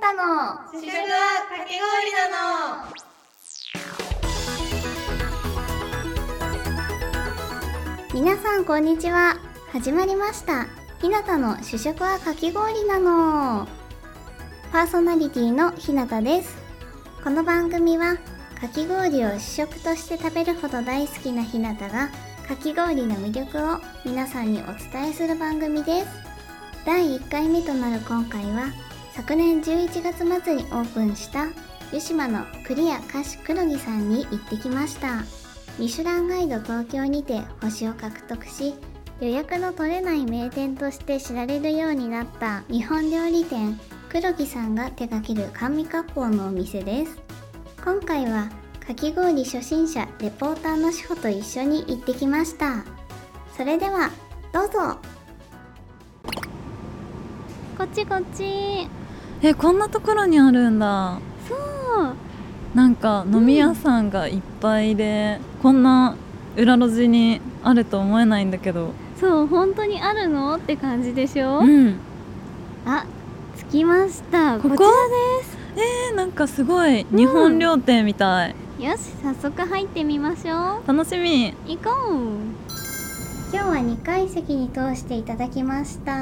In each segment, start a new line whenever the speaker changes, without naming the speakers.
タの
主食はかき氷なの
皆さんこんにちは始まりましたひなたの主食はかき氷なのパーソナリティのひなたですこの番組はかき氷を主食として食べるほど大好きなひなたがかき氷の魅力を皆さんにお伝えする番組です第1回目となる今回は昨年11月末にオープンした湯島のクリア菓子黒木さんに行ってきましたミシュランガイド東京にて星を獲得し予約の取れない名店として知られるようになった日本料理店黒木さんが手掛ける甘味割烹のお店です今回はかき氷初心者レポーターの志保と一緒に行ってきましたそれではどうぞこっちこっち
えこんなところにあるんだ
そう
なんか飲み屋さんがいっぱいで、こんな裏路地にあると思えないんだけど
そう本当にあるのって感じでしょ
うん
あ着きました
ここ
ちら
えーなんかすごい日本料亭みたい、
よし早速入ってみましょう
楽しみ
行こう今日は2階席に通していただきました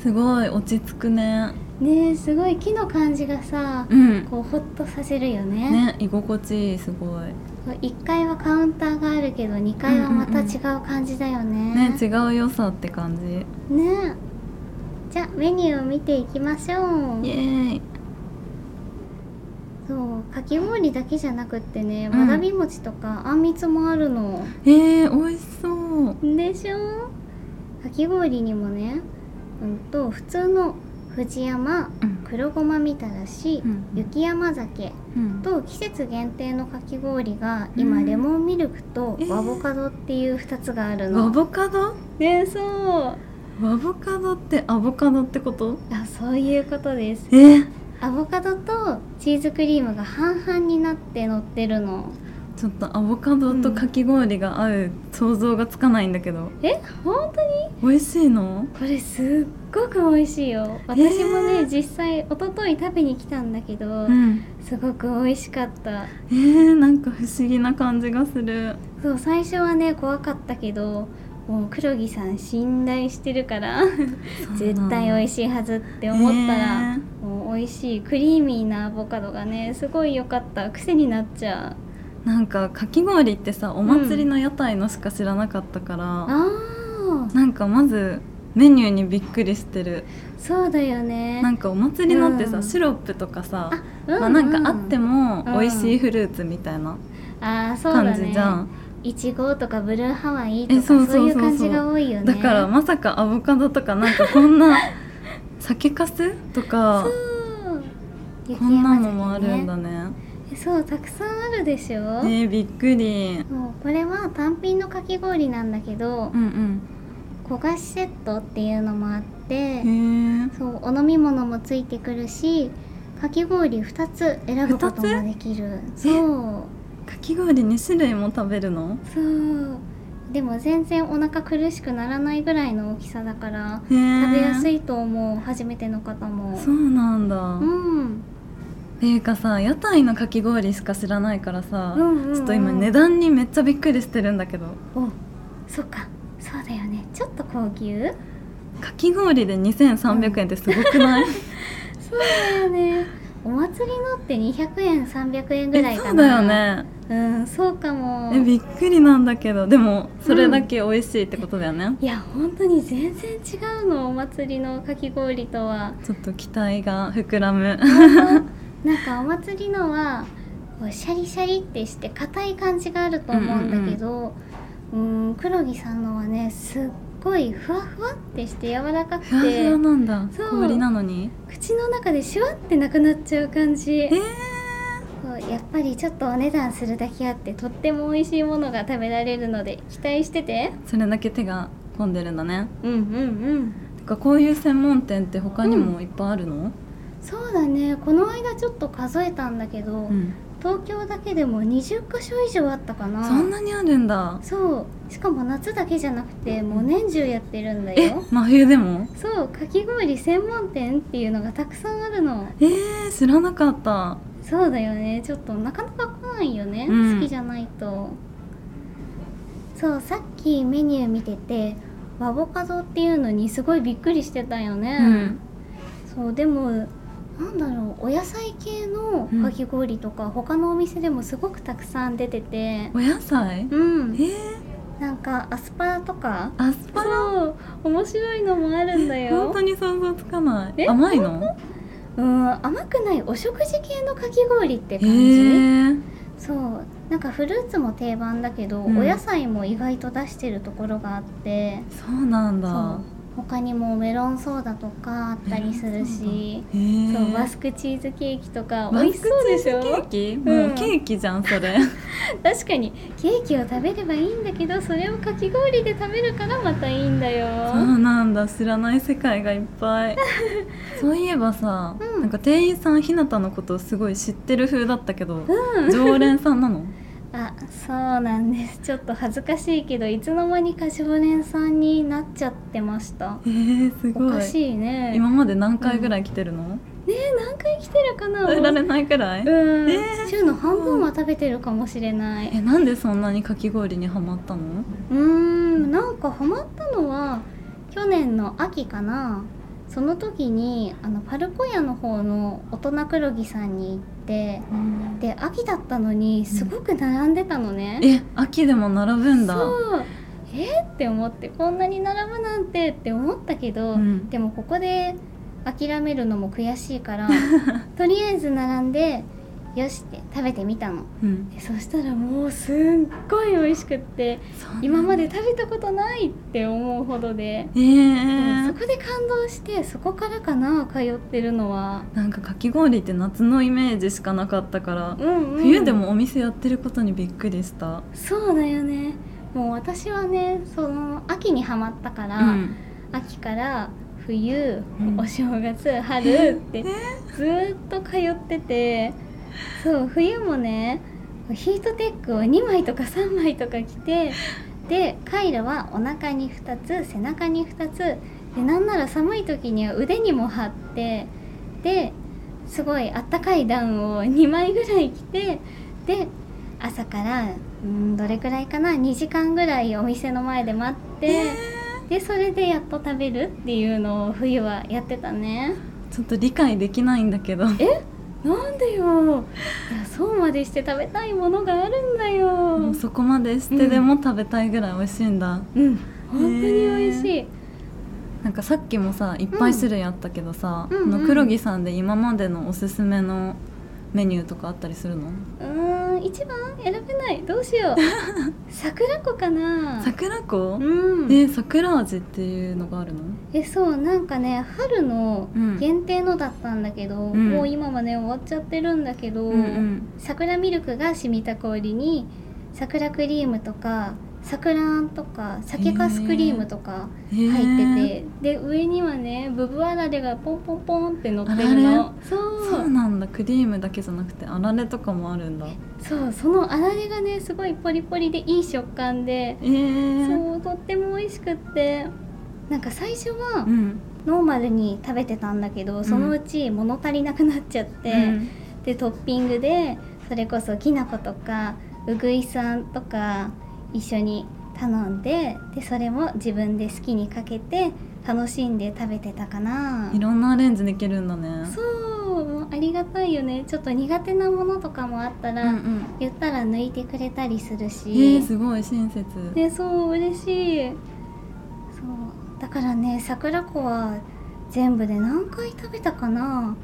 すごい落ち着くね
ねえすごい木の感じがさ
うん
こうホッとさせるよね
ね居心地いいすごい
こう1階はカウンターがあるけど2階はまた違う感じだよね
ね違う良さって感じ
ねえじゃあメニューを見ていきましょう
イエーイ
そうかき氷だけじゃなくってね
うん
わらび餅とかあんみつもあるの、
えー、美味しそう
でしょかき氷にもねうんと普通の藤山
うん
黒ごまみたらし、
うん
雪山酒
うん
と季節限定のかき氷が
う
今
ん
レモンミルクと
えー
ワボカドっていう2つがある
ア
の、
ボカド
ねそう
アボカドってアボカドってこと
あそういうことです
えー、
アボカドとチーズクリームが半々になって乗ってるの
ちょっとアボカドとかき氷が合う想像がつかないんだけど、
え本当に
美味しいの
これすっごく美味しいよ私もね、
えー
実際一昨日食べに来たんだけど、
ん
すごく美味しかった
えー、なんか不思議な感じがする
そう最初はね怖かったけどもう黒木さん信頼してるから 絶対美味
しい
しいはずって思ったら、
へー
もう美味しいクリーミーなアボカドがねすごい良かった癖になっちゃう
なんかかき氷ってさお祭りの屋台のしか知らなかったから、
あー
なんかまずメニューにびっくりしてる
そうだよね
なんかお祭りのってさ、
うん
シロップとかさ
う
まあ、なんかあっても
うん
美味しいフルーツみたいな
あーそうだ
感
ね
じじゃん、
いちごとかブルーハワイとか
えそうそう
そういう
そうそう
感じが多いよね
だからまさかアボカドとかなんかこんな酒かすとか
そう
こんなのもあるんだ
雪
ね
山酒ねそうたくさんあるでしょ、
えー、びっくり
そうこれは単品のかき氷なんだけど
うん
焦がしセットっていうのもあって
うんへえ
そうお飲み物もついてくるしかき氷2つ選ぶこともできるそう
かき氷2種類も食べるの
そうでも全然お腹苦しくならないぐらいの大きさだから
へえ
食べやす
い
いと思う初めての方も
そうなんだ、
うん
っていうかさ屋台のかき氷しか知らないからさ、
うんうんうん
ちょっと今値段にめっちゃびっくりしてるんだけど
おそっかそうだよねちょっと高級
かき氷で2300円ってすごくない、
そうだよねお祭りのって200円300円 ぐら
え
いかな
そうだよね
うん、そうかも。
えびっくりなんだけどでもそれだけ美味しいってことだよね、
いや、本当に全然違うの、お祭りのかき氷とは。
ちょっと期待が膨らむ
なんかお祭りのは、こうシャリシャリってして硬い感じがあると思うんだけど、うん黒木さんのはね、すっごいふわふわってして柔らかく
ふわふ
て
わ、なんだ
そう
氷なのに
口の中でシュワってなくなっちゃう感じ。
えー、
そうやっぱりちょっとお値段するだけあって、とっても美味しいものが食べられるので、期待してて。
それだけ手が込んでるんだね
うんうんうん。
てかこういう専門店って他にもいっぱいあるの、
そうだねこの間ちょっと数えたんだけど、
うん
東京だけでも20箇所以上あったかな
そんなにあるんだ
そうしかも夏だけじゃなくてもう年中やってるんだ
え
よ
真冬でも
そうかき氷専門店っていうのがたくさんあるの
えー、知らなかった
そうだよねちょっとなかなか来ないよね、
うん
好きじゃないとそうさっきメニュー見てて和ボカドっていうのにすごいびっくりしてたよね、
うん
そうでもなんだろうお野菜系のかき氷とか、他のお店でもすごくたくさん出てて
お野菜
うん
えー、
なんかアスパラとか
アスパラ
そう面白いのもあるんだ
本
よ
当に想像つかな
え
い甘いの
うん甘くないお食事系のかき氷って
え
感じ、
ー、
そうなんかフルーツも定番だけど、
うん
お野菜も意外と出してるところがあって
そうなんだ
そう他にもメロンソーダとかあったりするし
えー、
そうバスクチーズケーキとか
バ
美味
ス
し
ク
そうでし
チーズケ
ょ
ーキ
うん
もうケーキじゃんそれ
確かにケーキを食べればいいんだけどそれをかき氷で食べるからまたいいんだ
そ
よ
うなんだ知らない世界がいっ ぱいそういえばさ、
うん
なんか店員さんひなたのことすごい知ってる風だったけど、
うん
常連さん なの
あそうなんですちょっと恥ずかしいけどいつの間にか常連さんになっちゃってました
えー、す
お
ごい
かしいね
今まで何回ぐらい来てるの、
ねえ何回来てるかな
食べられないくらい、
うん、
えー
週の半分は食べてるかもしれない
えなんでそんなにかき氷にはまったの
うーんなんかハマったのは去年の秋かなその時にあのパルコ屋の方の大人黒木さんに行ってで秋だったのにすごく並んでたのね、
え秋でも並ぶんだ
そうえーって思ってこんなに並ぶなんてって思ったけど、
うん
でもここで諦めるのも悔しい からとりあえず並んでよしって食べてみたの
うん、
でそしたらもうすっごい美味しくって
そうなんだ
今まで食べたことないって思うほどで、
えー
そこで感動してそこからかな通ってるのは、
なんかかき氷って夏のイメージしかなかったから、
うんうん
冬でもお店やってることにびっくりした、
そうだよねもう私はねその秋にはまったから、
うん
秋から冬、
うん
お正月春ってずーっと通っててそう冬もねヒートテックを2枚とか3枚とか着てでカイロはお腹に2つ背中に2つでなんなら寒い時には腕にも貼ってですごいあったかいダウンを2枚ぐらい着てで朝からうんどれくらいかな2時間ぐらいお店の前で待って、でそれでやっと食べるっていうのを冬はやってたね
ちょっと理解できないんだけど
なんでよいやそうまでして食べたいものがあるんだよ
もうそこまでしてでも食べたいぐらい美味しいんだ、
うん本当に美味しい、
なんかさっきもさいっぱい種類あったけどさ、
うんうんうん
あの黒木さんで今までのおすすめのメニューとかあったりするの
うーん一番選べないどうしよう 桜子かな
桜
う
子、
ん
え桜味っていうのがあるの
えそうなんかね春の
うん
限定のだったんだけど、
ん
もう今はね終わっちゃってるんだけど、
うんうん
桜ミルクが染みた氷に桜クリームとか桜あんとか酒かすクリームとか
へ
入
ー
ってて、で上にはねブブあられがポンポンポンって乗ってる
あ
のそ
そう
う
なんだクリームだけじゃなくてあられとかもあるんだ
そうそのあられがねすごいポリポリでいい食感で、
えー、
そうとっても美味しくってなんか最初は
うん
ノーマルに食べてたんだけど、そのうち物足りなくなっちゃって、
うん
でトッピングでそれこそきな粉とかうぐいさんとか一緒に頼んででそれも自分で好きにかけて楽しんで食べてたかない
ろんなアレンジできるんだね
そうもうありがたいよねちょっと苦手なものとかもあったら、
んうん
言ったら抜いてくれたりする
え
し、
ー、すごい親切、
ねそう嬉しいそうだからね桜子は全部で何回食べたかな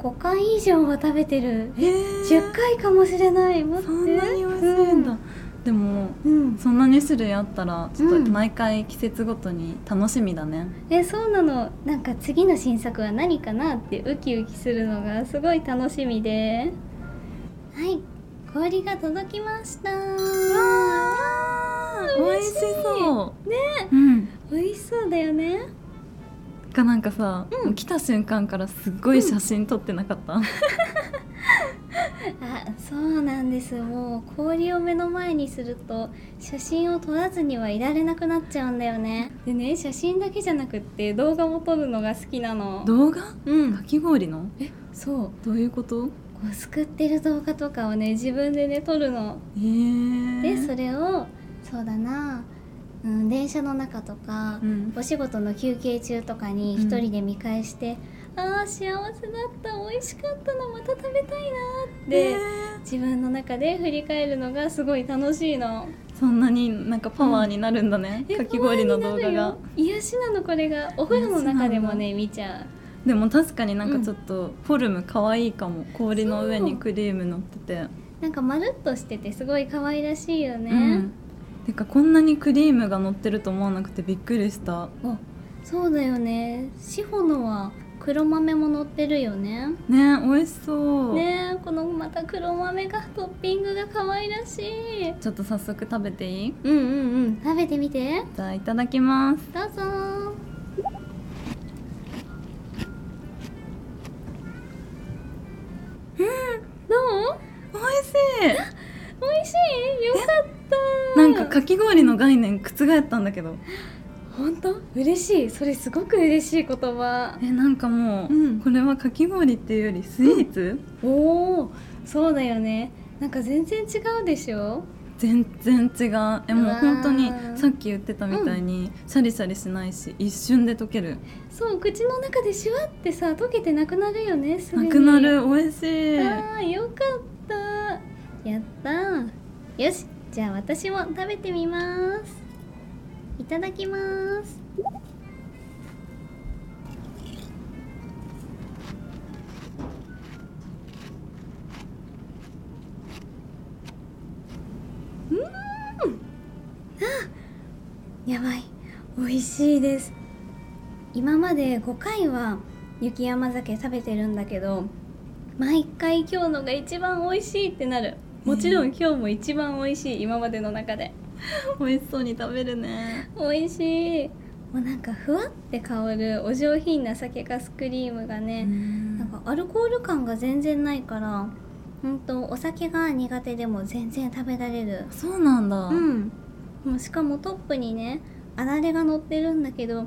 5回以上は食べてる
えー
10回かもしれない待って
そんなに美味しいんだ、でも
うん、うん
そんなに種類あったらちょ
う
っ
ん
と毎回季節ごとに楽しみだね、
えそうなのなんか次の新作は何かなってウキウキするのがすごい楽しみではい氷が届きました
美味しそう
ね
うん
美味しそうだよね
がな んかさ、もう来た瞬間からすっごい写真撮ってなかった、
あそうなんですもう氷を目の前にすると写真を撮らずにはいられなくなっちゃうんだよねでね写真だけじゃなくって動画も撮るのが好きなの
動画
う
か
ん
き氷の
そう
どういうこと
こうすくってる動画とかをね自分でね撮るの
え
で
ー、
それをそうだな、うん、電車の中とか、
うん
お仕事の休憩中とかに
うん
一人で見返して、あー幸せだった美味しかったなまた食べたいなーって、
えー
自分の中で振り返るのがすごい楽しいの
そんなになんかパワーになるんだね、
え
かき氷の動
パワー
画
になる
が
よ癒しなのこれがお風呂の中でもね見ちゃう
でも確かになんかちょっとフォルム可愛いかも氷の上にクリーム乗ってて
なんかまるっとしててすごい可愛らしいよね、
うんてかこんなにクリームが乗ってると思わなくてびっくりした
あそうだよねシフォのは黒豆も乗ってるよね
ね美味しそう、
ねえこのまた黒豆がトッピングが可愛らしい
ちょっと早速食べていい
うんうんうん食べてみて
じゃあいただきます
どうぞどう
美味し
美味しいよかっ
い
た
なんかかき氷の概念覆ったんだけど
本当嬉しいそれすごく嬉しい言葉
えなんかもう、
うん
これはかき氷っていうよりスイーツ、
おおそうだよねなんか全然違うでしょ
全然違うえもう
わー
本当にさっき言ってたみたいに、シャリシャリしないし一瞬で溶ける
そう口の中でシュワってさ溶けてなくなるよねすぐ
な
に
くなる美味しい
あーよかったやったーよしじゃあ私も食べてみますいただきますうーんあやばい美味しいです今まで5回は雪山酒食べてるんだけど毎回今日のが一番美味しいってなるもちろん今日も一番美味しい今までの中で
美味しそうに食べるね
美味しいもうなんかふわって香るお上品な酒かすクリームが
う
ね、なん
ん
かアルコール感が全然ないからほんとお酒が苦手でも全然食べられる
そうなんだ、
うんもうしかもトップにねあられが乗ってるんだけど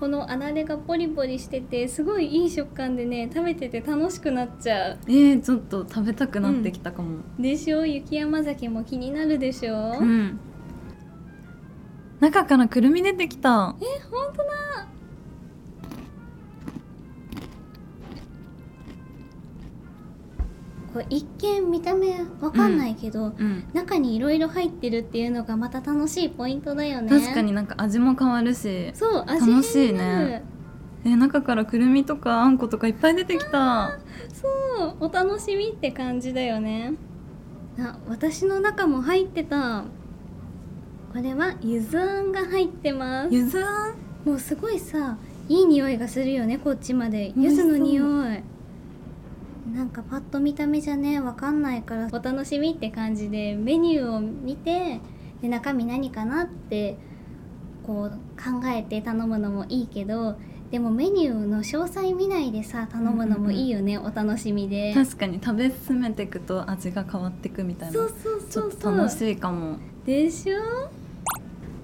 このあられがポリポリしててすごいいい食感でね食べてて楽しくなっちゃう
えー、ちょっと食べたくなってきたかも
でしょ雪山酒も気になるでしょ、
うん、中からくるみ出てきた
え本当だこれ一見見た目わかんないけど、
うん
中にいろいろ入ってるっていうのがまた楽しいポイントだよね
確かになんか味も変わるし
そう味
楽しい
変に
ね
なる
えー中からくるみとかあんことかいっぱい出てきた
そうお楽しみって感じだよねあ私の中も入ってたこれはゆずあんが入ってます
ゆずあん
もうすごいさいい匂いがするよねこっちまで
美
柚
味しそ
子
う
の匂いなんかパッと見た目じゃねわかんないからお楽しみって感じでメニューを見てで中身何かなってこう考えて頼むのもいいけどでもメニューの詳細見ないでさ頼むのもいいよね、お楽しみで
確かに食べ進めていくと味が変わっていくみたいな
そうそう
ち
そ
ょ
う
っ
そ
と
う
楽しいかも
でしょ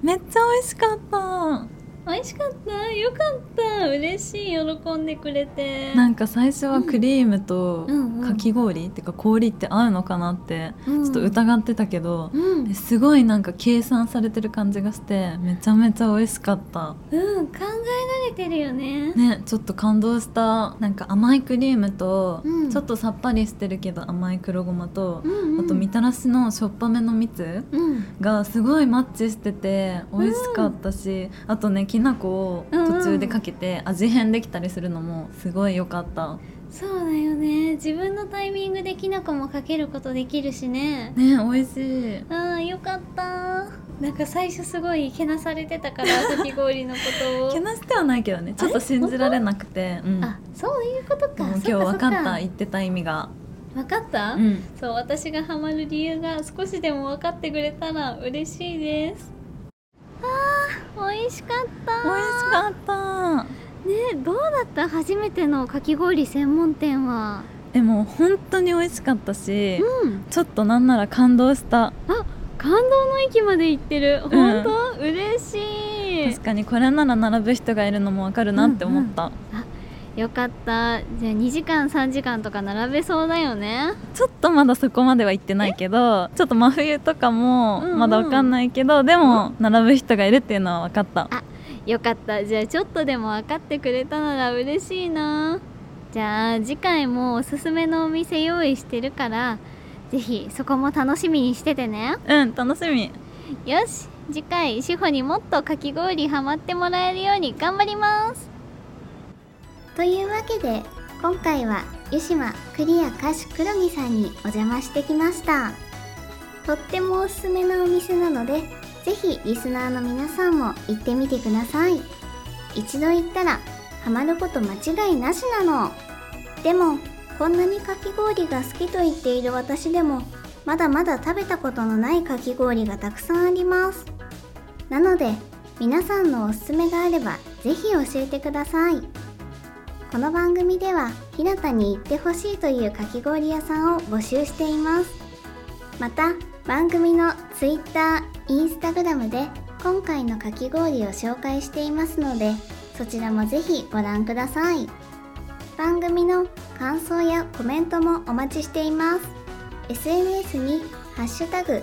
めっちゃ美味しかった
美味しかったよかった嬉しい喜んでくれて
なんか最初はクリームと
うんうんうん
かき氷、ってか氷って合うのかなってち
うん
ょっと疑ってたけど、
うん
すごいなんか計算されてる感じがしてめちゃめちゃ美味しかった
うん考えられてるよね
ねちょっと感動したなんか甘いクリームと、
うん
ちょっとさっぱりしてるけど甘い黒ごまと、
うんうん
あとみたらしのしょっぱめの蜜
うん
がすごいマッチしてて美味しかったし、あとねきな粉を途中でかけて味変できたりするのもすごい良かった
そうだよね自分のタイミングできなこもかけることできるしね
ね美味しい
ああよかったなんか最初すごいけなされてたから かき氷のことを
けなしてはないけどねちょっと信じられなくて、うん、
あそういうこと
で
か
も
そ
今
っ
日分かっ
そ
た言ってた意味が、
分かった、
うん、
そう私がハマる理由が少しでも分かってくれたら嬉しいですあー美味しかった
美味しかった
ねどうだった初めてのかき氷専門店は
えもう本当に美味しかったし、
うん
ちょっとなんなら感動した
感動の域まで行ってる
ん
本当、嬉し
確かにこれなら並ぶ人がいるのもわかるなって思った、
いよかったじゃあ2時間3時間とか並べそうだよね
ちょっとまだそこまでは行ってないけどちょっと真冬とかも
うんうん
まだわかんないけど、でも並ぶ人がいるっていうのは分かった
よかったじゃあちょっとでも分かってくれたなら嬉しいなじゃあ次回もおすすめのお店用意してるからぜひそこも楽しみにしててね
うん楽しみ
よし次回志保にもっとかき氷ハマってもらえるように頑張ります
というわけで今回は湯島クリア歌手黒木さんにお邪魔してきましたとってもおすすめのお店なのでぜひリスナーの皆さんも行ってみてください一度行ったらハマること間違いなしなのでもこんなにかき氷が好きと言っている私でもまだまだ食べたことのないかき氷がたくさんありますなので皆さんのおすすめがあればぜひ教えてくださいこの番組では日向に行ってほしいというかき氷屋さんを募集していますまた番組の Twitter、Instagram で今回のかき氷を紹介していますのでそちらもぜひご覧ください番組の感想やコメントもお待ちしています SNS に「ハッシュタグ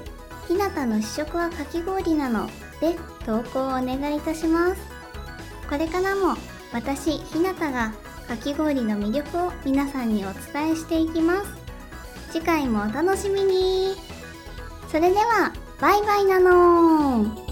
ひなたの試食はかき氷なの」で投稿をお願いいたしますこれからも私ひなたがかき氷の魅力を皆さんにお伝えしていきます次回もお楽しみにそれではバイバイなのー